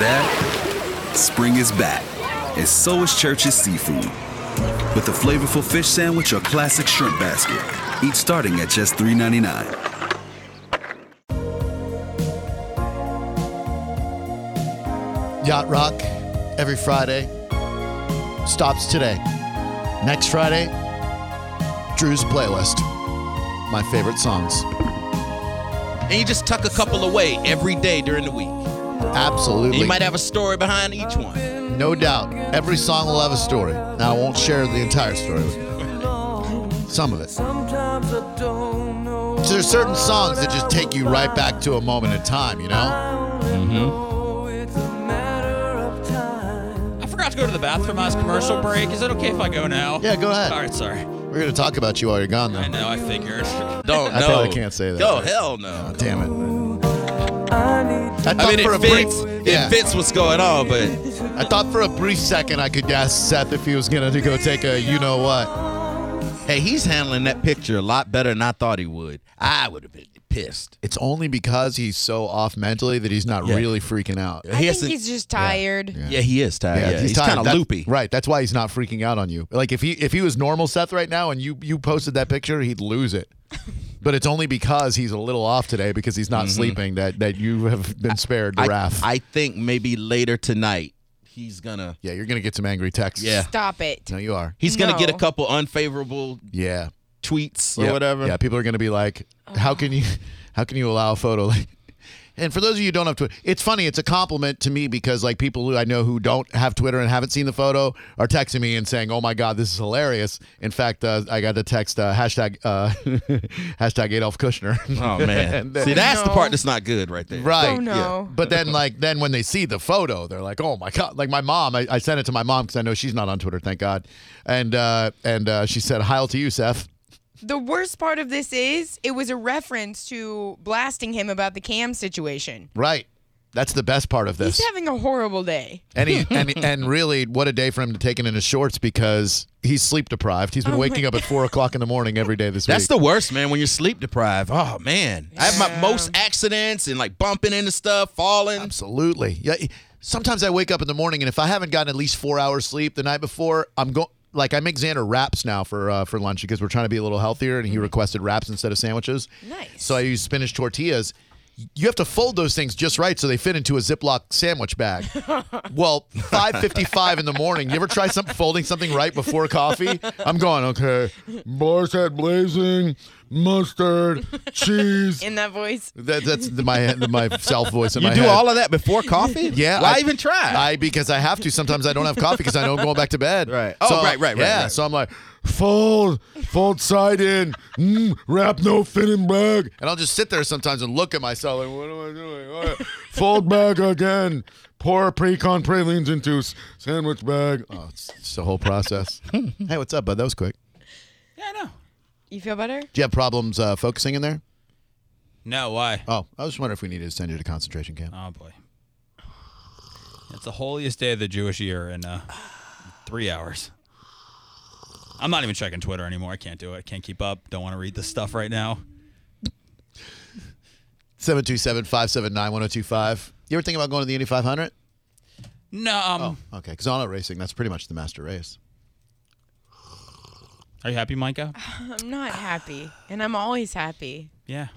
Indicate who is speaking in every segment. Speaker 1: that? Spring is back, and so is Church's Seafood. With a flavorful fish sandwich or classic shrimp basket, each starting at just $3.99.
Speaker 2: Yacht Rock every Friday stops today. Next Friday, Drew's playlist. My favorite songs.
Speaker 3: And you just tuck a couple away every day during the week. And
Speaker 2: Absolutely.
Speaker 3: you might have a story behind each one.
Speaker 2: no doubt. Every song will have a story. Now, I won't share the entire story with you. Some of it. There's certain songs that just take you right back to a moment in time, you know?
Speaker 4: I forgot to go to the bathroom last commercial break. Is it okay if I go now?
Speaker 2: Yeah, go ahead.
Speaker 4: All right, sorry.
Speaker 2: We're going to talk about you while you're gone, though.
Speaker 4: I know, I figured.
Speaker 3: Don't
Speaker 2: I
Speaker 3: know.
Speaker 2: probably can't say that.
Speaker 3: Oh, hell no.
Speaker 2: Damn it. I thought
Speaker 3: I mean,
Speaker 2: for a
Speaker 3: it fits.
Speaker 2: brief,
Speaker 3: It fits what's going on, but
Speaker 2: I thought for a brief second I could ask Seth if he was gonna go take a you know what.
Speaker 3: hey, he's handling that picture a lot better than I thought he would. I would have been pissed.
Speaker 2: It's only because he's so off mentally that he's not
Speaker 3: Yeah.
Speaker 2: really freaking out.
Speaker 5: I think he's just tired.
Speaker 3: Yeah, he is tired. Yeah, he's,
Speaker 2: tired.
Speaker 3: kind of
Speaker 2: That-
Speaker 3: loopy.
Speaker 2: Right. That's why he's not freaking out on you. Like if he if he was normal Seth right now and you you posted that picture, he'd lose it. But it's only because he's a little off today because he's not sleeping that that you have been spared the
Speaker 3: Mm-hmm. I,
Speaker 2: wrath.
Speaker 3: I think maybe later tonight he's gonna
Speaker 2: yeah, you're gonna get some angry texts.
Speaker 3: Yeah.
Speaker 5: Stop it.
Speaker 2: No, you are.
Speaker 3: he's gonna get a
Speaker 5: No.
Speaker 3: couple unfavorable
Speaker 2: Yeah.
Speaker 3: tweets or
Speaker 2: Yeah,
Speaker 3: whatever.
Speaker 2: Yeah, people are going to be like, "How can you, how can you allow a photo?" like- and for those of you who don't have Twitter, it's funny. It's a compliment to me because like people who I know who don't have Twitter and haven't seen the photo are texting me and saying, "Oh my god, this is hilarious." In fact, uh, I got the text uh, hashtag uh, hashtag Adolf Kushner.
Speaker 3: Oh man,
Speaker 2: And then-
Speaker 3: see that's the
Speaker 5: No.
Speaker 3: part that's not good right there.
Speaker 2: Right.
Speaker 5: Oh, no.
Speaker 2: yeah. But then, like, then when they see the photo, they're like, "Oh my god!" Like my mom, I, I sent it to my mom because I know she's not on Twitter, thank God. And uh, and uh, she said, "Heil to you, Seth."
Speaker 5: The worst part of this is it was a reference to blasting him about the cam situation.
Speaker 2: Right. That's the best part of this.
Speaker 5: He's having a horrible day.
Speaker 2: And he and and really, what a day for him to take it in his shorts because he's sleep deprived. He's been waking up at four o'clock in the morning every day this
Speaker 3: That's
Speaker 2: week.
Speaker 3: the worst, man. When you're sleep deprived. Oh man, I have my most accidents and like bumping into stuff, falling.
Speaker 2: absolutely. Yeah. e, Sometimes I wake up in the morning and if I haven't gotten at least four hours sleep the night before, I'm going. Like I make Xander wraps now for uh, for lunch because we're trying to be a little healthier, and he requested wraps instead of sandwiches.
Speaker 5: Mm-hmm. Nice.
Speaker 2: So I use spinach tortillas. You have to fold those things just right so they fit into a Ziploc sandwich bag. well, 5:55 in the morning. You ever try some folding something right before coffee? I'm going okay. Borscht blazing, mustard, cheese.
Speaker 5: In that voice.
Speaker 2: That, that's the, my my self voice in
Speaker 3: You
Speaker 2: my
Speaker 3: do
Speaker 2: head.
Speaker 3: all of that before coffee?
Speaker 2: Yeah.
Speaker 3: Why even try?
Speaker 2: I because I have to. Sometimes I don't have coffee because I know I'm going back to bed.
Speaker 3: Right. Oh, right, right, right,
Speaker 2: Yeah.
Speaker 3: right.
Speaker 2: So I'm like, fold, fold side in, mm, wrap no fitting bag, and I'll just sit there sometimes and look at myself like, what am I doing? All right. fold bag again. Pour precon pralines into s- sandwich bag. Oh, it's, it's the whole process. hey, what's up, bud? That was quick.
Speaker 4: Yeah, I know.
Speaker 5: You feel better?
Speaker 2: Do you have problems uh, focusing in there?
Speaker 4: No, why?
Speaker 2: Oh, I was just wondering if we needed to send you to concentration camp.
Speaker 4: Oh boy. It's the holiest day of the Jewish year in uh, three hours. I'm not even checking Twitter anymore. I can't do it. Can't keep up. Don't want to read this stuff right now.
Speaker 2: 727-579-1025. You ever think about going to the Indy 500?
Speaker 4: No. Um,
Speaker 2: Okay, because auto racing, that's pretty much the master race.
Speaker 4: Are you happy, Micah?
Speaker 5: I'm not happy. And I'm always happy.
Speaker 4: Yeah.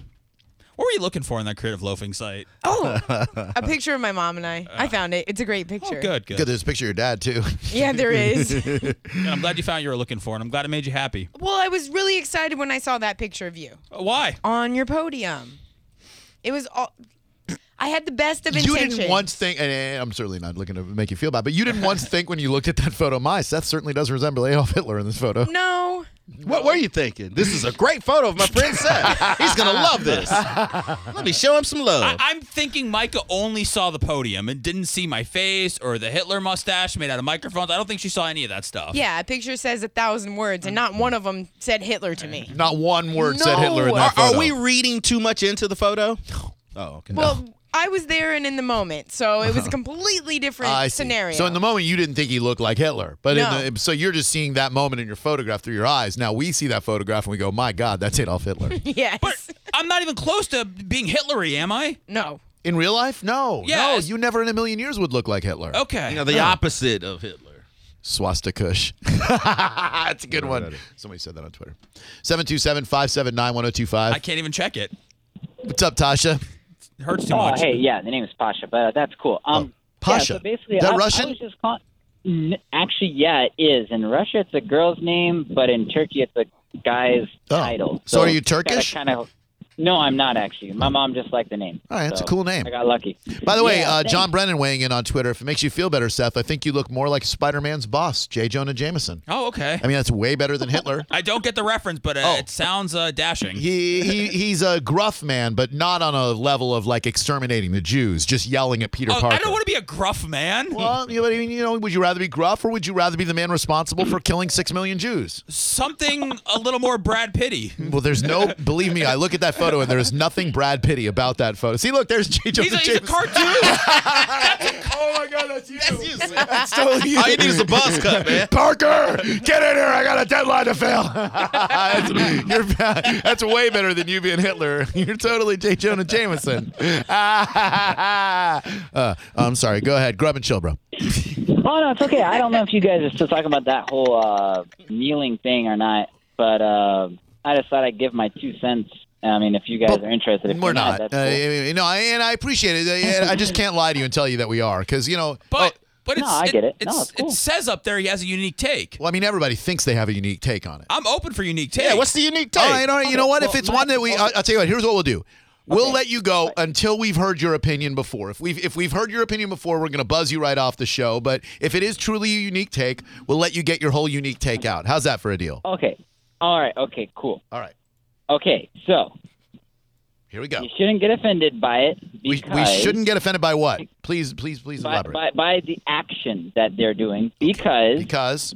Speaker 4: What were you looking for in that creative loafing site?
Speaker 5: Oh, a picture of my mom and I. I found it. It's a great picture.
Speaker 4: Oh, good, good.
Speaker 2: Good, there's a picture of your dad, too.
Speaker 5: Yeah, there is.
Speaker 4: And I'm glad you found what you were looking for, and I'm glad it made you happy.
Speaker 5: well, I was really excited when I saw that picture of you
Speaker 4: Uh, Why?
Speaker 5: on your podium. It was all. I had the best of
Speaker 2: you
Speaker 5: intentions.
Speaker 2: didn't once think, and- and I'm certainly not looking to make you feel bad, but you didn't once think when you looked at that photo, my, Seth certainly does resemble Adolf Hitler in this photo.
Speaker 5: No.
Speaker 3: What were you thinking? This is a great photo of my friend Seth. He's gonna love this. Let me show him some
Speaker 4: I-
Speaker 3: love.
Speaker 4: I'm thinking Micah only saw the podium and didn't see my face or the Hitler mustache made out of microphones. I don't think she saw any of that stuff.
Speaker 5: Yeah, a picture says a thousand words, and not one of them said Hitler to me.
Speaker 2: Not one word said Hitler in
Speaker 5: No.
Speaker 2: that
Speaker 3: Are,
Speaker 2: photo.
Speaker 3: are we reading too much into the photo? Oh, okay.
Speaker 5: Well, I was there and in the moment, so it was a completely different
Speaker 2: Uh-huh. I see.
Speaker 5: scenario.
Speaker 2: So in the moment, you didn't think he looked like Hitler, but
Speaker 5: No.
Speaker 2: in the, so you're just seeing that moment in your photograph through your eyes. Now we see that photograph and we go, my God, that's Adolf Hitler.
Speaker 5: yes,
Speaker 4: I'm not even close to being Hitlery, am I?
Speaker 5: no,
Speaker 2: In real life? No. No,
Speaker 4: Yes.
Speaker 2: you never in a million years would look like Hitler.
Speaker 4: Okay.
Speaker 3: You know, the opposite of Hitler.
Speaker 2: Swastikush. That's a good one. Somebody said that on Twitter. 727-579-1025.
Speaker 4: Ah, I can't even check it.
Speaker 2: What's up, Tasha?
Speaker 4: It hurts too
Speaker 6: oh,
Speaker 4: much.
Speaker 6: hey, yeah, the name is Pasha, but uh, that's cool. Um,
Speaker 2: Oh,
Speaker 6: yeah,
Speaker 2: Pasha.
Speaker 6: so basically,
Speaker 2: Is that
Speaker 6: I,
Speaker 2: Russian?
Speaker 6: I was just call- N- Actually, yeah, it is. In Russia, it's a girl's name, but in Turkey, it's a guy's
Speaker 2: Oh.
Speaker 6: title.
Speaker 2: So are you Turkish?
Speaker 6: Kind of. No, I'm not actually. My mom just liked the name.
Speaker 2: All right, that's
Speaker 6: so
Speaker 2: a cool name.
Speaker 6: I got lucky.
Speaker 2: By the way,
Speaker 6: Yeah,
Speaker 2: uh,
Speaker 6: thanks.
Speaker 2: John Brennan weighing in on Twitter. If it makes you feel better, Seth, I think you look more like Spider-Man's boss, J. Jonah Jameson.
Speaker 4: Oh, okay.
Speaker 2: I mean, Oh. that's way better than Hitler.
Speaker 4: I don't get the reference, but uh, it sounds uh, dashing.
Speaker 2: He, he he's a gruff man, but not on a level of like exterminating the Jews, just yelling at Peter
Speaker 4: Oh,
Speaker 2: Parker.
Speaker 4: I don't want to be a gruff man.
Speaker 2: Well, you know, what I mean, you know, would you rather be gruff or would you rather be the man responsible for killing six million Jews?
Speaker 4: Something a little more Brad Pitty.
Speaker 2: Well, there's no, believe me, I look at that photo and there's nothing Brad Pitty about that photo. See, look, there's J. Jonah
Speaker 4: He's a, he's a
Speaker 2: Jameson.
Speaker 4: cartoon.
Speaker 2: Oh my God, that's you. That's you. That's
Speaker 3: All you need is a buzz cut, man.
Speaker 2: Parker, get in here. I got a deadline to fail. that's, you're- that's way better than you being Hitler. You're totally J. Jonah Jameson. uh, I'm sorry. Go ahead. Grub and chill, bro.
Speaker 6: Oh no, it's okay. I don't know if you guys are still talking about that whole uh, kneeling thing or not, but uh, I just thought I'd give my two cents. I mean, if you guys
Speaker 2: But
Speaker 6: are interested, if
Speaker 2: We're
Speaker 6: you're
Speaker 2: not.
Speaker 6: that's
Speaker 2: Uh,
Speaker 6: cool.
Speaker 2: you know, I- and I appreciate it. I, I just can't lie to you and tell you that we are because, you know,
Speaker 4: But
Speaker 2: oh,
Speaker 4: but it's,
Speaker 6: No, I get it. No,
Speaker 4: it's-
Speaker 6: it's cool.
Speaker 4: It says up there he has a unique take.
Speaker 2: well, I mean, everybody thinks they have a unique take on it.
Speaker 4: I'm open for unique takes.
Speaker 3: Yeah, what's the unique take?
Speaker 2: All right, all right. You know what? If it's one that we, I'll, I'll tell you what. Here's what we'll do. We'll let you go until we've heard your opinion before. If we've if we've heard your opinion before, we're gonna buzz you right off the show. But if it is truly a unique take, we'll let you get your whole unique take out. How's that for a deal?
Speaker 6: Okay. All right. Okay. Cool.
Speaker 2: All right,
Speaker 6: Okay. So
Speaker 2: here we go.
Speaker 6: you shouldn't get offended by it
Speaker 2: We,
Speaker 6: because
Speaker 2: we shouldn't get offended by what? Please, please, please
Speaker 6: by,
Speaker 2: elaborate.
Speaker 6: by, by the action that they're doing because
Speaker 2: Because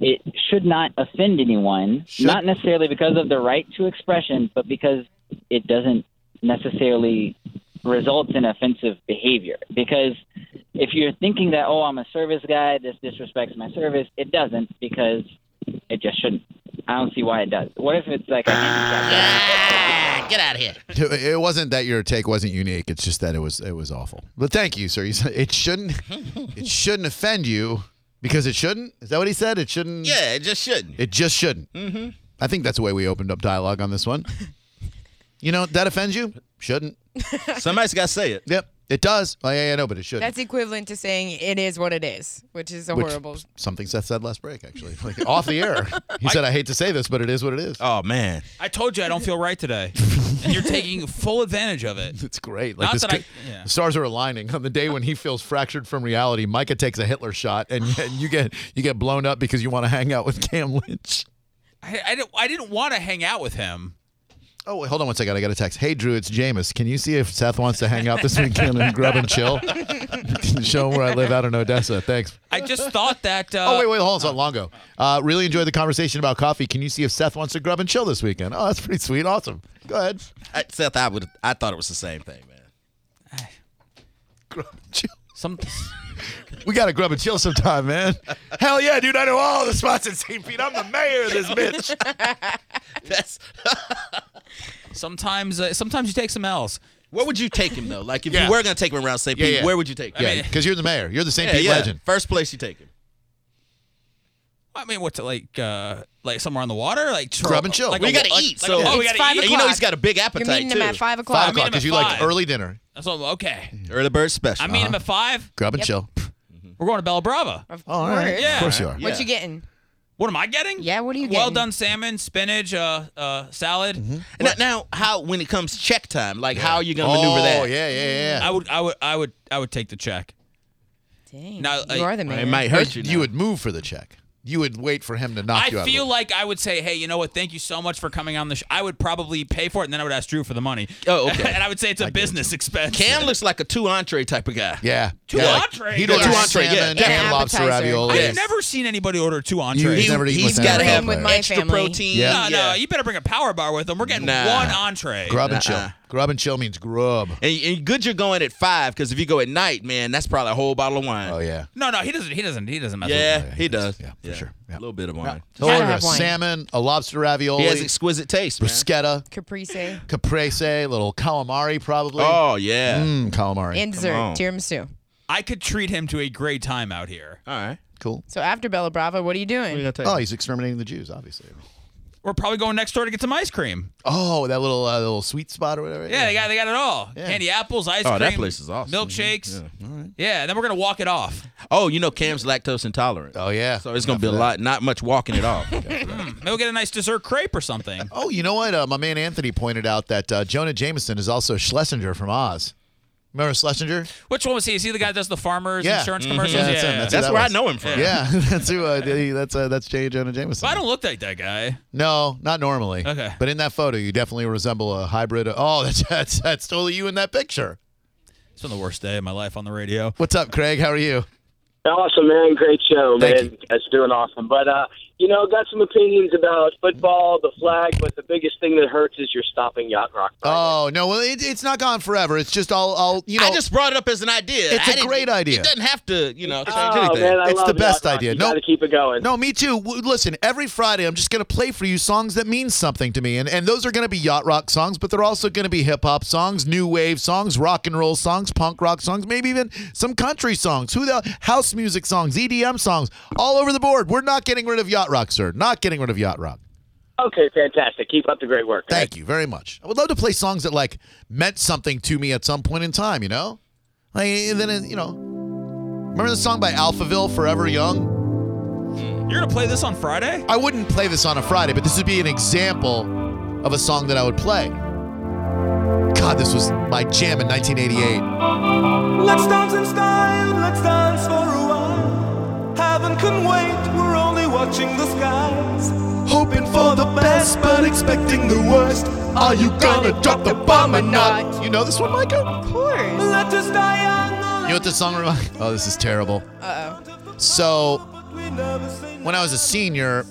Speaker 6: it should not offend anyone.
Speaker 2: Should-
Speaker 6: Not necessarily because of the right to expression, but because it doesn't necessarily result in offensive behavior. Because if you're thinking that, oh, I'm a service guy, this disrespects my service, it doesn't because it just shouldn't. I don't see why it does. What if it's like a handicap?
Speaker 2: it it wasn't that your take wasn't unique. It's just that it was it was awful. But thank you, sir. You said it shouldn't it shouldn't offend you because it shouldn't. Is that what he said? It shouldn't.
Speaker 3: Yeah, it just shouldn't.
Speaker 2: It just shouldn't. Mm-hmm. I think that's the way we opened up dialogue on this one. you know, that offends you? Shouldn't.
Speaker 3: Somebody's got to say it.
Speaker 2: Yep, it does. Oh, yeah, yeah, no, but it shouldn't.
Speaker 5: That's equivalent to saying it is what it is, which is a
Speaker 2: Which-
Speaker 5: horrible.
Speaker 2: Something Seth said last break, actually, like, off the air. He said, "I hate to say this, but it is what it is."
Speaker 3: Oh, man.
Speaker 4: I told you I don't feel right today, and you're taking full advantage of it.
Speaker 2: It's great. Like
Speaker 4: Not
Speaker 2: this
Speaker 4: that
Speaker 2: co-
Speaker 4: I- yeah.
Speaker 2: the stars are aligning. On the day when he feels fractured from reality, Micah takes a Hitler shot, and, and you get you get blown up because you want to hang out with Cam Lynch.
Speaker 4: I, I didn't, I didn't want to hang out with him.
Speaker 2: Oh, wait, hold on one second. I got a text. Hey, Drew, it's Jameis. Can you see if Seth wants to hang out this weekend and grub and chill? Show him where I live out in Odessa. Thanks.
Speaker 4: I just thought that. Uh,
Speaker 2: Oh, wait, wait, hold on. Long ago. Uh, really enjoyed the conversation about coffee. Can you see if Seth wants to grub and chill this weekend? Oh, that's pretty sweet. Awesome. Go ahead.
Speaker 3: I, Seth, I would. I thought it was the same thing, man.
Speaker 2: Grub and chill.
Speaker 4: Some,
Speaker 2: We got to grub and chill sometime, man. Hell yeah, dude. I know all the spots in St. Pete. I'm the mayor of this bitch.
Speaker 3: That's.
Speaker 4: sometimes, uh, sometimes you take some L's.
Speaker 3: Where would you take him though? Like if
Speaker 2: Yeah.
Speaker 3: you were gonna take him around St. Pete,
Speaker 2: yeah.
Speaker 3: where would you take him?
Speaker 2: Yeah, because you're the mayor. You're the St.
Speaker 3: yeah,
Speaker 2: Pete
Speaker 3: yeah.
Speaker 2: legend.
Speaker 3: First place you take him.
Speaker 4: I mean, what's it like? Uh, like somewhere on the water, like tro-
Speaker 2: Grub and chill.
Speaker 4: Like
Speaker 3: We
Speaker 4: a-
Speaker 3: gotta
Speaker 4: like-
Speaker 3: eat,
Speaker 4: like a-
Speaker 3: so-
Speaker 4: oh, we
Speaker 5: It's
Speaker 4: gotta
Speaker 5: five
Speaker 4: eat.
Speaker 3: And you know
Speaker 5: o'clock.
Speaker 3: he's got a big appetite
Speaker 5: You're meeting
Speaker 3: too.
Speaker 5: them at five
Speaker 2: Five
Speaker 5: o'clock.
Speaker 2: o'clock
Speaker 4: meeting
Speaker 2: because
Speaker 4: at
Speaker 2: you like
Speaker 4: five.
Speaker 2: early dinner.
Speaker 4: So, okay,
Speaker 3: Early bird special.
Speaker 4: I meet him at five.
Speaker 2: Grub and chill.
Speaker 4: We're going to Bella Brava.
Speaker 5: Of
Speaker 2: all right.
Speaker 5: course.
Speaker 4: Yeah.
Speaker 2: Of course you are.
Speaker 5: What
Speaker 3: Yeah.
Speaker 5: you getting?
Speaker 4: What am I getting?
Speaker 5: Yeah, what are you
Speaker 4: Well
Speaker 5: getting?
Speaker 4: done salmon, spinach, uh, uh, salad.
Speaker 3: And now, now, how when it comes check time, like how are you gonna
Speaker 2: oh,
Speaker 3: maneuver that?
Speaker 2: yeah, yeah, yeah.
Speaker 4: I would, I would, I would, I would take the check.
Speaker 5: Dang.
Speaker 4: Now,
Speaker 5: you
Speaker 4: I-
Speaker 5: are the mayor.
Speaker 3: It might hurt
Speaker 2: you,
Speaker 3: you. now.
Speaker 2: would move for the check. You would wait for him to knock you
Speaker 4: I
Speaker 2: out. of the-
Speaker 4: feel like I would say, hey, you know what? Thank you so much for coming on the show. I would probably pay for it, and then I would ask Drew for the money.
Speaker 3: Oh, okay.
Speaker 4: and I would say it's a business expense.
Speaker 3: Cam looks like a two entree type of guy.
Speaker 2: yeah,
Speaker 4: Two
Speaker 2: yeah, like,
Speaker 4: entrees.
Speaker 2: He'd order
Speaker 3: Two entrees,
Speaker 2: salmon
Speaker 3: yeah,
Speaker 2: and
Speaker 5: definitely.
Speaker 2: lobster
Speaker 5: Appetizer.
Speaker 2: ravioli.
Speaker 4: I've
Speaker 3: Yes.
Speaker 4: never seen anybody order two entrees.
Speaker 2: He's never eating with
Speaker 3: has
Speaker 2: Santa
Speaker 3: got to
Speaker 2: Claus.
Speaker 3: have
Speaker 2: Same with
Speaker 5: my
Speaker 3: extra
Speaker 5: family.
Speaker 3: protein.
Speaker 2: Yeah.
Speaker 4: no, no, you better bring a power bar with them. We're getting
Speaker 3: Nah.
Speaker 4: one entree.
Speaker 2: grub and chill. Grub and chill means grub.
Speaker 3: And, and good you're going at five because if you go at night, man, that's probably a whole bottle of wine.
Speaker 2: Oh yeah,
Speaker 4: No, no, he doesn't. He doesn't. He doesn't mess
Speaker 3: yeah,
Speaker 4: with
Speaker 3: he does.
Speaker 2: Yeah, for
Speaker 3: Yeah.
Speaker 2: sure.
Speaker 3: A
Speaker 2: Yeah.
Speaker 3: little bit of wine.
Speaker 2: He'll order
Speaker 5: gotta
Speaker 2: a
Speaker 5: have wine.
Speaker 2: salmon, a lobster ravioli,
Speaker 3: He has exquisite taste, man.
Speaker 2: bruschetta,
Speaker 5: Caprese
Speaker 2: caprese, little calamari probably.
Speaker 3: Oh yeah.
Speaker 2: Mm, calamari.
Speaker 5: and dessert
Speaker 3: on.
Speaker 5: tiramisu.
Speaker 4: I could treat him to a great time out here.
Speaker 3: All right.
Speaker 2: cool.
Speaker 5: So after Bella Brava, what are you doing?
Speaker 2: Oh, he's exterminating the Jews, obviously.
Speaker 4: We're probably going next door to get some ice cream.
Speaker 2: Oh, that little uh, little sweet spot or whatever.
Speaker 4: Yeah, they got they got it all. Candy apples, ice
Speaker 3: Oh,
Speaker 4: cream.
Speaker 3: that place is awesome.
Speaker 4: Milkshakes. Yeah. then we're gonna walk it off.
Speaker 3: Oh, you know Cam's lactose intolerant.
Speaker 2: Oh yeah.
Speaker 3: So it's gonna be a lot, not much walking at all.
Speaker 4: Maybe we'll get a nice dessert crepe or something.
Speaker 2: Oh, you know what? Uh, my man Anthony pointed out that uh, Jonah Jameson is also Schlesinger from Oz. Remember Schlesinger?
Speaker 4: Which one was he? Is he the guy that does the farmers
Speaker 2: Yeah.
Speaker 4: insurance
Speaker 3: Mm-hmm.
Speaker 4: commercials?
Speaker 2: Yeah, that's him. That's
Speaker 4: yeah.
Speaker 2: him.
Speaker 3: That's
Speaker 2: that
Speaker 3: where I
Speaker 2: was-
Speaker 3: know him from.
Speaker 2: Yeah, that's who. Uh, the- that's uh, that's J. Jonah Jameson.
Speaker 4: But I don't look like that guy.
Speaker 2: No, not normally.
Speaker 4: Okay.
Speaker 2: But in that photo, you definitely resemble a hybrid. Of, oh, that's, that's that's totally you in that picture.
Speaker 4: It's been the worst day of my life on the radio.
Speaker 2: What's up, Craig? How are you?
Speaker 7: Awesome, man. Great show,
Speaker 2: Thank
Speaker 7: man. That's doing awesome. But, uh, you know, got some opinions about football, the flag, but the biggest thing that hurts is you're stopping Yacht Rock.
Speaker 2: Oh no, well it, it's not gone forever. It's just all all you know.
Speaker 3: I just brought it up as an idea.
Speaker 2: It's
Speaker 3: a
Speaker 2: a great idea.
Speaker 3: It doesn't have to, you know, change
Speaker 7: Oh,
Speaker 3: anything.
Speaker 7: man, I
Speaker 2: It's
Speaker 7: love
Speaker 2: the best
Speaker 7: Yacht Rock.
Speaker 2: idea.
Speaker 7: You
Speaker 2: No-
Speaker 7: got to keep it going.
Speaker 2: no, me too. W- Listen, every Friday I'm just gonna play for you songs that mean something to me, and and those are gonna be yacht rock songs, but they're also gonna be hip hop songs, new wave songs, rock and roll songs, punk rock songs, maybe even some country songs, who the house music songs, EDM songs, all over the board. We're not getting rid of yacht rock, sir. Not getting rid of yacht rock. Oh.
Speaker 7: Okay, fantastic. Keep up the great work. guys.
Speaker 2: Thank you very much. I would love to play songs that like meant something to me at some point in time. You know, like and then it- you know, remember the song by Alphaville, "Forever Young."
Speaker 4: You're gonna play this on Friday?
Speaker 2: I wouldn't play this on a Friday, but this would be an example of a song that I would play. God, this was my jam in 1988.
Speaker 8: Let's dance in style, let's dance for a while. Heaven can wait, we're only watching the skies.
Speaker 2: Hoping for the best, but expecting the worst. Are you gonna drop the bomb or not? You know this one, Micah?
Speaker 5: Of course.
Speaker 8: Let us die young,
Speaker 2: You know what this song reminds? Oh, this is terrible.
Speaker 5: Uh oh.
Speaker 2: So
Speaker 8: but we never say
Speaker 2: when I was a senior,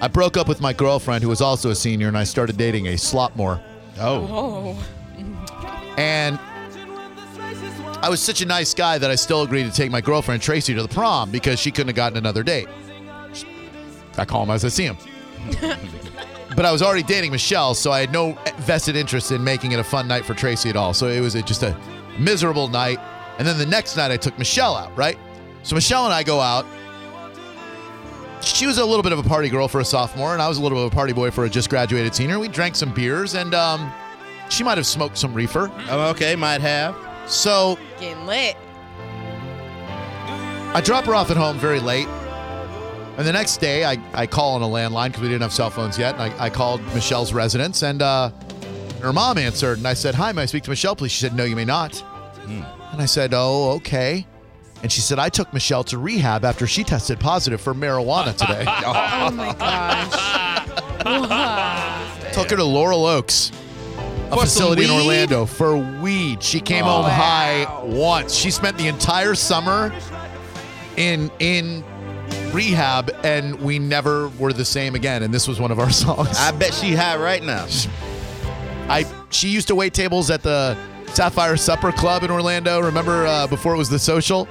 Speaker 2: I broke up with my girlfriend who was also a senior, and I started dating a slopmore. Oh.
Speaker 5: Oh.
Speaker 2: And I was such a nice guy that I still agreed to take my girlfriend Tracy to the prom because she couldn't have gotten another date. I call him as I see him. but I was already dating Michelle, so I had no vested interest in making it a fun night for Tracy at all. So it was a, just a miserable night. And then the next night, I took Michelle out, right? So Michelle and I go out. She was a little bit of a party girl for a sophomore, and I was a little bit of a party boy for a just graduated senior. We drank some beers, and um, she might have smoked some reefer.
Speaker 3: Oh, okay, might have.
Speaker 2: So
Speaker 5: Getting lit.
Speaker 2: I drop her off at home very late. And the next day, I, I call on a landline because we didn't have cell phones yet. And I, I called Michelle's residence, and uh, her mom answered. And I said, Hi, may I speak to Michelle, please? She said, No, you may not. And I said, Oh, okay. And she said, I took Michelle to rehab after she tested positive for marijuana today.
Speaker 5: Oh my gosh.
Speaker 2: Took her to Laurel Oaks, a
Speaker 3: For some
Speaker 2: facility in
Speaker 3: weed?
Speaker 2: Orlando, for weed. She came home high once. She spent the entire summer in in rehab, and we never were the same again. And this was one of our songs.
Speaker 3: I
Speaker 2: I,
Speaker 3: bet she high right now.
Speaker 2: she used to wait tables at the Sapphire Supper Club in Orlando. Remember uh, before it was the social?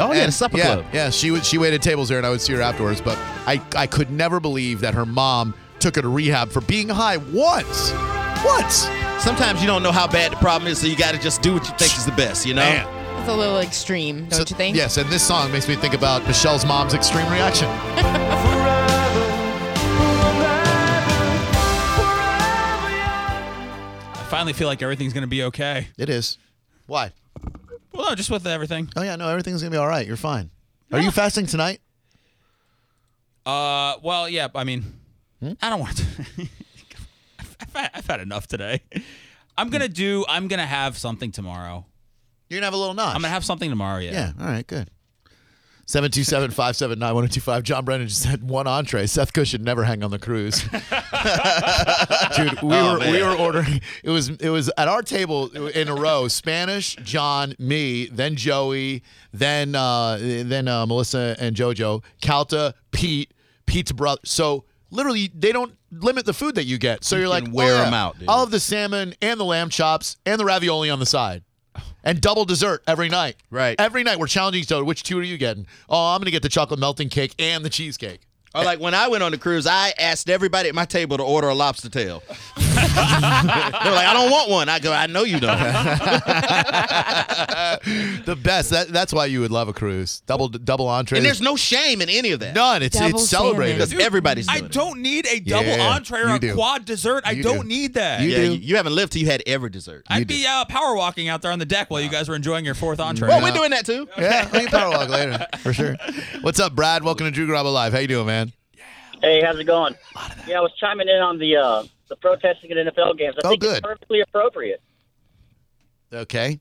Speaker 3: Oh yeah,
Speaker 2: And-
Speaker 3: the supper
Speaker 2: yeah,
Speaker 3: club.
Speaker 2: Yeah, she would. She waited tables there, and I would see her afterwards. But I, I could never believe that her mom took her to rehab for being high once. Once.
Speaker 3: Oh. Sometimes you don't know how bad the problem is, so you got to just do what you think is the best. You know.
Speaker 2: Man.
Speaker 5: That's a little extreme, don't
Speaker 2: So-
Speaker 5: you think?
Speaker 2: Yes, and this song makes me think about Michelle's mom's extreme reaction.
Speaker 4: I finally feel like everything's gonna be okay.
Speaker 2: It is. Why?
Speaker 4: Well, no, just with everything.
Speaker 2: Oh yeah, no, everything's gonna be all right. You're fine. Are you fasting tonight?
Speaker 4: Uh, well, yeah. I mean,
Speaker 2: Hmm?
Speaker 4: I don't want to. I've, had, I've had enough today. I'm
Speaker 2: Hmm.
Speaker 4: gonna do. I'm gonna have something tomorrow.
Speaker 2: You're gonna have a little notch.
Speaker 4: I'm gonna have something tomorrow. Yeah.
Speaker 2: Yeah. All right. Good. Seven two seven five seven nine one two five. John Brennan just had one entree. Seth Cushing never hang on the cruise. Dude, we
Speaker 3: Oh,
Speaker 2: were we were ordering. It was it was at our table in a row. Spanish, John, me, then Joey, then uh, then uh, Melissa and JoJo, Calta, Pete, Pete's brother. So literally, they don't limit the food that you get. So you are
Speaker 3: can
Speaker 2: like oh,
Speaker 3: wear
Speaker 2: yeah.
Speaker 3: 'em out, dude.
Speaker 2: I'll have the salmon and the lamb chops and the ravioli on the side. And double dessert every night.
Speaker 3: Right.
Speaker 2: Every night we're challenging each other. Which two are you getting? Oh, I'm gonna get the chocolate melting cake and the cheesecake.
Speaker 3: Or like when I went on the cruise, I asked everybody at my table to order a lobster tail. they were like, I don't want one. I go, I know you don't.
Speaker 2: The best. That, that's why you would love a cruise. Double double entree.
Speaker 3: and there's no shame in any of that.
Speaker 2: none. It's
Speaker 5: Double
Speaker 2: it's celebrated.
Speaker 5: sandwich.
Speaker 3: Because everybody's
Speaker 4: I
Speaker 3: doing it.
Speaker 4: don't need a double
Speaker 2: Yeah,
Speaker 4: entree or
Speaker 2: you
Speaker 4: a
Speaker 2: do.
Speaker 4: quad dessert. I
Speaker 2: You
Speaker 4: don't
Speaker 2: do.
Speaker 4: need that.
Speaker 2: You
Speaker 3: yeah,
Speaker 2: do.
Speaker 3: You, you haven't lived till you had every dessert.
Speaker 4: I'd be uh, power walking out there on the deck while you guys were enjoying your fourth entree.
Speaker 2: Oh,
Speaker 3: well, we're doing that too.
Speaker 2: Yeah, we can power walk later for sure. What's up, Brad? Welcome to Drew Garabo Live. How you doing, man?
Speaker 6: Hey, how's it going? Yeah, I was chiming in on the uh, the protesting at NFL games. I
Speaker 2: Oh,
Speaker 6: think
Speaker 2: good.
Speaker 6: it's perfectly appropriate.
Speaker 2: Okay.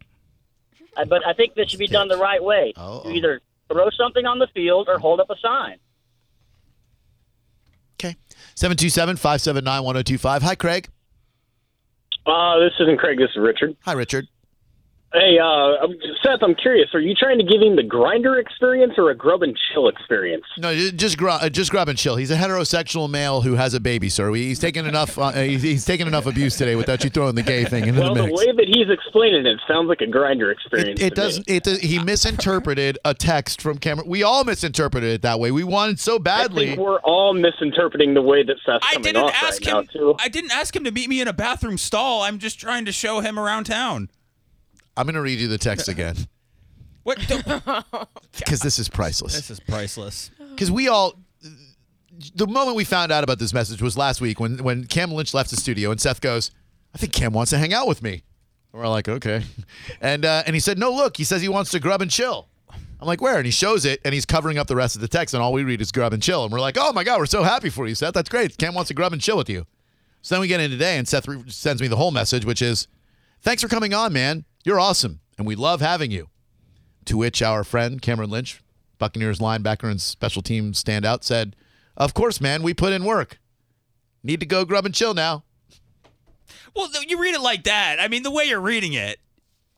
Speaker 6: I, but I think this should be done the right way.
Speaker 2: Oh, oh.
Speaker 6: You either throw something on the field or hold up a sign.
Speaker 2: Okay. 727-579-1025. Hi, Craig.
Speaker 7: Uh, this isn't Craig. This is Richard.
Speaker 2: Hi, Richard.
Speaker 7: Hey, uh, I'm- Seth, I'm curious. Are you trying to give him the grinder experience or a grub and chill experience?
Speaker 2: No, ju- just grub, uh, just grub and chill. He's a heterosexual male who has a baby, sir. We, he's taken enough. Uh, he's, he's taken enough abuse today without you throwing the gay thing into
Speaker 7: Well,
Speaker 2: the
Speaker 7: the
Speaker 2: mix.
Speaker 7: way that he's explaining it sounds like a grinder experience.
Speaker 2: It, it
Speaker 7: to me.
Speaker 2: doesn't. It does, he misinterpreted a text from Cameron. We all misinterpreted it that way. We wanted so
Speaker 7: I
Speaker 2: badly.
Speaker 7: think we're all misinterpreting the way that Seth's
Speaker 4: I
Speaker 7: coming
Speaker 4: didn't
Speaker 7: off
Speaker 4: ask
Speaker 7: right now,
Speaker 4: him.
Speaker 7: too.
Speaker 4: I didn't ask him to meet me in a bathroom stall. I'm just trying to show him around town.
Speaker 2: I'm going to read you the text again
Speaker 4: What? the-
Speaker 2: because this is priceless.
Speaker 4: this is priceless.
Speaker 2: Because we all. The moment we found out about this message was last week when, when Cam Lynch left the studio and Seth goes, I think Cam wants to hang out with me. And we're like, okay. And, uh, and he said, no, look, he says he wants to grub and chill. I'm like, where? And he shows it and he's covering up the rest of the text and all we read is grub and chill. And we're like, oh my God, we're so happy for you, Seth. That's great. Cam wants to grub and chill with you. So then we get in today, and Seth re- sends me the whole message, which is, "Thanks for coming on, man. You're awesome, and we love having you." To which our friend Cameron Lynch, Buccaneers linebacker and special team standout, said, "Of course, man. We put in work. Need to go grub and chill now."
Speaker 4: Well, th- you read it like that. I mean, the way you're reading it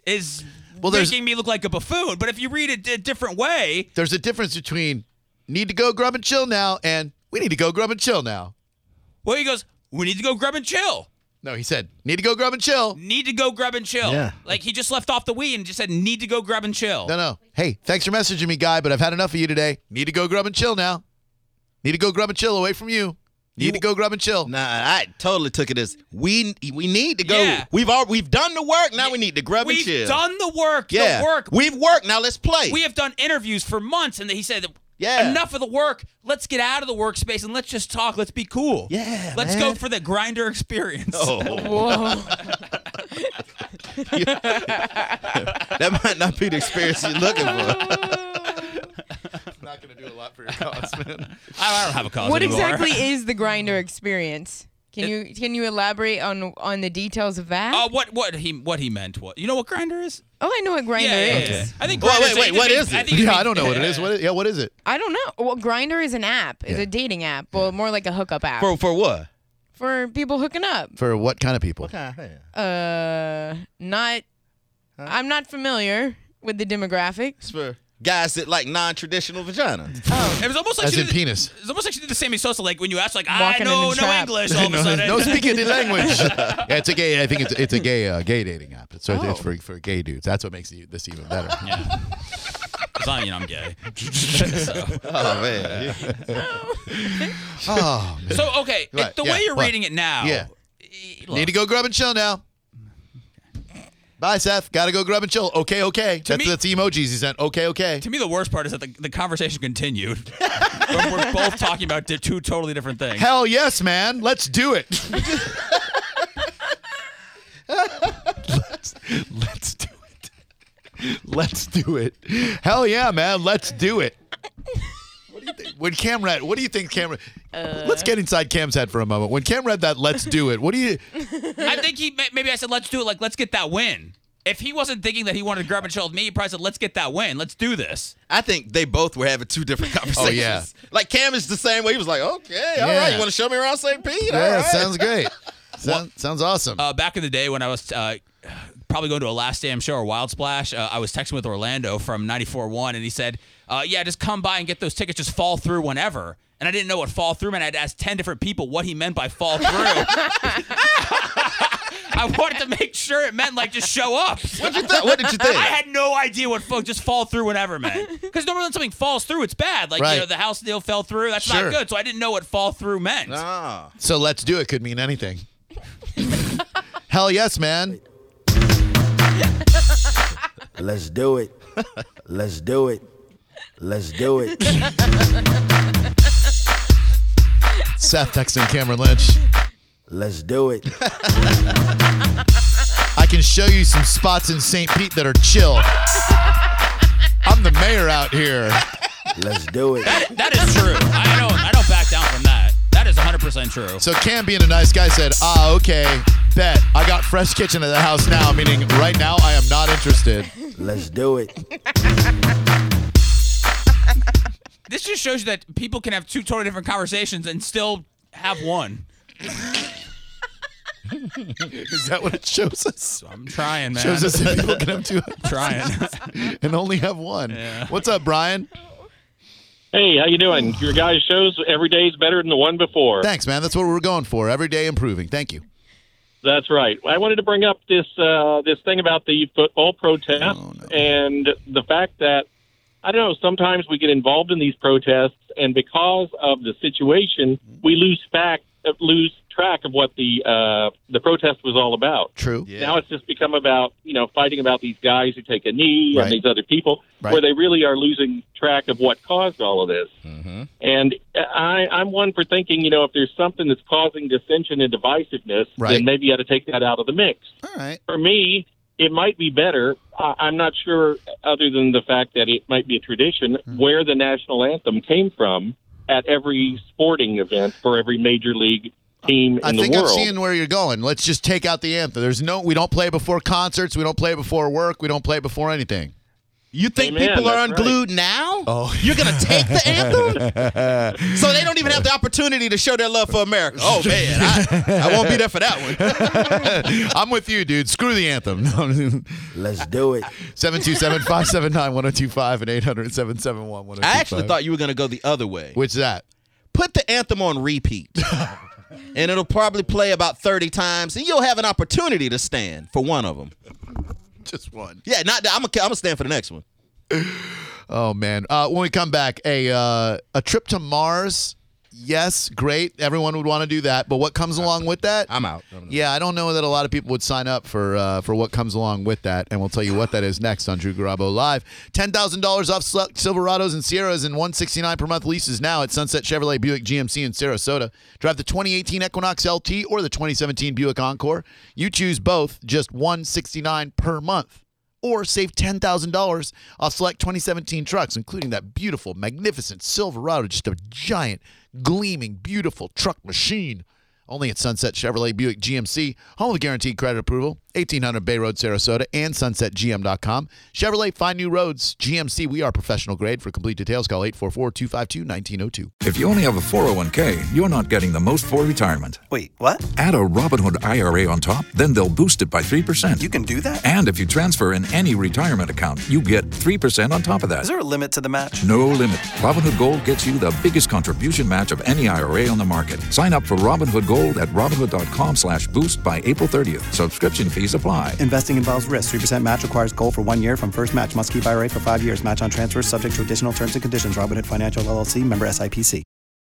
Speaker 4: is
Speaker 2: Well, there's-
Speaker 4: making me look like a buffoon. But if you read it a different way,
Speaker 2: There's a difference between "need to go grub and chill now" and "we need to go grub and chill now."
Speaker 4: well, he goes, "We need to go grub and chill.
Speaker 2: No, he said, "Need to go grub and chill."
Speaker 4: Need to go grub and chill."
Speaker 2: Yeah.
Speaker 4: Like he just left off the we and just said, "Need to go grub and chill."
Speaker 2: No, no. Hey, thanks for messaging me, guy, but I've had enough of you today. Need to go grub and chill now. Need to go grub and chill away from you. Need to go grub and chill.
Speaker 3: Nah, I totally took it as we we need to go.
Speaker 4: Yeah.
Speaker 3: We've all we've done the work. Now we need to grub
Speaker 4: We've
Speaker 3: and chill.
Speaker 4: done the work.
Speaker 3: yeah,
Speaker 4: The work.
Speaker 3: We've worked. Now let's play.
Speaker 4: We have done interviews for months, and he said,
Speaker 3: Yeah.
Speaker 4: enough of the work. Let's get out of the workspace and let's just talk. Let's be cool.
Speaker 3: Yeah,
Speaker 4: let's
Speaker 3: man.
Speaker 4: go for the grinder experience."
Speaker 3: Oh,
Speaker 5: Whoa.
Speaker 3: that might not be the experience you're looking for.
Speaker 2: not going to do a lot for your cause, man.
Speaker 4: I I don't have a cause
Speaker 5: what
Speaker 4: anymore.
Speaker 5: exactly is the grinder experience? Can you can you elaborate on on the details of that?
Speaker 4: Uh, what what he what he meant was you know what grinder is?
Speaker 5: oh, I know what grinder is.
Speaker 4: I think.
Speaker 3: Well,
Speaker 4: Grindr-
Speaker 3: wait, wait, what
Speaker 4: means-
Speaker 3: is it?
Speaker 4: think
Speaker 2: Yeah,
Speaker 4: means-
Speaker 2: I don't know what it is. What is yeah, what is it?
Speaker 5: I don't know. Well, grinder is an app. It's a dating app. Well, more like a hookup app
Speaker 3: For
Speaker 5: for,
Speaker 3: for what?
Speaker 5: people hooking up.
Speaker 2: For what kind of people?
Speaker 5: Uh, not. I'm not familiar with the demographic.
Speaker 3: It's for guys that like non-traditional vagina.
Speaker 4: It was almost like
Speaker 2: As
Speaker 4: she
Speaker 2: in
Speaker 4: did,
Speaker 2: penis.
Speaker 4: It's almost like she did the Sammy Sosa, like when you asked, like
Speaker 5: Walking
Speaker 4: I
Speaker 5: in
Speaker 4: know
Speaker 5: the
Speaker 4: no
Speaker 5: trap.
Speaker 4: English. All of a
Speaker 2: no,
Speaker 4: sudden,
Speaker 2: no speaking the language. yeah, it's a gay. I think it's it's a gay uh, gay dating app. It's,
Speaker 5: Oh.
Speaker 2: it's for for gay dudes. That's what makes it- this even better.
Speaker 4: As long as you know I'm gay. so,
Speaker 3: Oh man. Yeah.
Speaker 2: Oh, man.
Speaker 4: so, okay, it-
Speaker 2: Right,
Speaker 4: the
Speaker 2: yeah,
Speaker 4: way you're
Speaker 2: what?
Speaker 4: reading it now,
Speaker 2: Yeah.
Speaker 4: e-
Speaker 2: need to go grub and chill now. Bye, Seth. Gotta go grub and chill. Okay, okay. That's,
Speaker 4: me-
Speaker 2: that's the emojis he sent. Okay, okay.
Speaker 4: to me the worst part is that the, the conversation continued. we're, we're both talking about di- two totally different things.
Speaker 2: Hell yes, man. Let's do it. let's, let's do it. Let's do it. Hell yeah, man. Let's do it. What do you think? When Cam read, what do you think Cam? read-
Speaker 4: Uh.
Speaker 2: let's get inside Cam's head for a moment. When Cam read that, "Let's do it." What do you?
Speaker 4: I think he may- maybe I said let's do it, like let's get that win. If he wasn't thinking that he wanted to grab and chill with me, he probably said let's get that win, let's do this.
Speaker 3: I think they both were having two different conversations.
Speaker 2: yeah.
Speaker 3: Like Cam is the same way. He was like, okay, all
Speaker 2: Yeah.
Speaker 3: right, you want to show me around St. Pete? all
Speaker 2: Yeah,
Speaker 3: right.
Speaker 2: sounds great. Sound, sounds awesome.
Speaker 4: uh, back in the day when I was uh, probably going to a Last Damn Show or Wild Splash, uh, I was texting with Orlando from 94.1, and he said, uh, yeah, just come by and get those tickets. Just fall through whenever. And I didn't know what fall through meant. I had to ask 10 different people what he meant by fall through. I I wanted to make sure it meant like just show up.
Speaker 3: What you think? What did you think?
Speaker 4: I had no idea what fuck just fall through whenever meant. Because normally when something falls through, it's bad. Like
Speaker 2: Right.
Speaker 4: you know, the house deal fell through. That's
Speaker 2: Sure.
Speaker 4: not good. So I didn't know what fall through meant.
Speaker 3: Ah.
Speaker 2: So let's do it could mean anything. Hell yes, man.
Speaker 9: Let's do it. Let's do it. Let's do it.
Speaker 2: Seth texting Cameron Lynch.
Speaker 9: Let's do it.
Speaker 2: I can show you some spots in St. Pete that are chill. I'm the mayor out here.
Speaker 9: Let's do it.
Speaker 4: That, that is true. I don't I don't back down from that. That is 100 percent true.
Speaker 2: So Cam being a nice guy said, ah, okay, bet. I got fresh kitchen at the house now, meaning right now I am not interested.
Speaker 9: Let's do it.
Speaker 4: This just shows you that people can have two totally different conversations and still have one.
Speaker 2: Is that what it shows us?
Speaker 4: I'm trying, man.
Speaker 2: Shows us that people can have two
Speaker 4: trying.
Speaker 2: and only have one. What's up, Brian?
Speaker 10: Hey, how you doing? Your guys' shows every day is better than the one before.
Speaker 2: Thanks, man. That's what we're going for. Every day improving. Thank you.
Speaker 10: That's right. I wanted to bring up this uh, this thing about the football protest and the fact that I don't know. Sometimes we get involved in these protests, and because of the situation, we lose fact, uh, lose track of what the uh, the protest was all about. Uh,
Speaker 2: True.
Speaker 10: Now it's just become about you know fighting about these guys who take a knee
Speaker 2: Right.
Speaker 10: and these other people,
Speaker 2: Right.
Speaker 10: where they really are losing track of what caused all of this.
Speaker 9: Mm-hmm.
Speaker 10: And I, I'm one for thinking, you know, if there's something that's causing dissension and divisiveness,
Speaker 2: Right.
Speaker 10: then maybe you got to take that out of the mix.
Speaker 2: All right.
Speaker 10: For me, it might be better. I, I'm not sure, other than the fact that it might be a tradition,
Speaker 9: Hmm.
Speaker 10: where the national anthem came from at every sporting event for every major league team
Speaker 2: I
Speaker 10: in
Speaker 2: think
Speaker 10: the
Speaker 2: I'm
Speaker 10: world.
Speaker 2: seeing where you're going. Let's just take out the anthem. There's no we don't play before concerts, we don't play before work, we don't play before anything.
Speaker 3: You think
Speaker 10: Amen,
Speaker 3: people are
Speaker 10: that's right.
Speaker 3: unglued now? Oh. You're going to take the anthem? so they don't even have the opportunity to show their love for America. Oh, man. I, I won't be there for that one.
Speaker 2: I'm with you, dude. Screw the anthem.
Speaker 9: Let's do it.
Speaker 2: 727-579-1025 and 800 771
Speaker 3: I actually thought you were going to go the other way.
Speaker 2: oh Which that?
Speaker 3: Put the anthem on repeat. and it'll probably play about 30 times, and you'll have an opportunity to stand for one of them.
Speaker 2: Just one.
Speaker 3: Yeah, not I'm going to stand for the next one.
Speaker 2: Oh man. Uh, when we come back, a uh, a trip to Mars. Yes, great. Everyone would want to do that, but what comes along with that?
Speaker 3: I'm out.
Speaker 2: Yeah, I don't know that a lot of people would sign up for uh, for what comes along with that, and we'll tell you what that is next on Drew Garabo Live. Ten thousand dollars off select Silverados and Sierras and one sixty nine per month leases now at Sunset Chevrolet Buick GMC in Sarasota. Drive the twenty eighteen Equinox LT or the twenty seventeen Buick Encore. You choose both, just one sixty nine per month. Or save ten thousand dollars off select 2017 trucks, including that beautiful, magnificent Silverado, just a giant, gleaming, beautiful truck machine. Only at Sunset Chevrolet Buick GMC, home of guaranteed credit approval, 1800 Bay Road, Sarasota, and sunsetgm.com. Chevrolet, find new roads. GMC, we are professional grade. For complete details, call 844 252 1902.
Speaker 11: If you only have a 401k, you're not getting the most for retirement.
Speaker 9: Wait, what?
Speaker 11: Add a Robinhood IRA on top, then they'll boost it by 3%.
Speaker 9: can do that?
Speaker 11: and if you transfer in any retirement account, you get 3% on top of that.
Speaker 9: there a limit to the match?
Speaker 11: No limit. Robinhood Gold gets you the biggest contribution match of any IRA on the market. Sign up for Robinhood Gold at Robinhood.com slash boost by April 30th. Subscription fees apply.
Speaker 9: Investing involves risk. 3% match requires gold for one year from first match. Must keep IRA for five years. Match on transfers subject to additional terms and conditions. Robinhood Financial LLC member SIPC.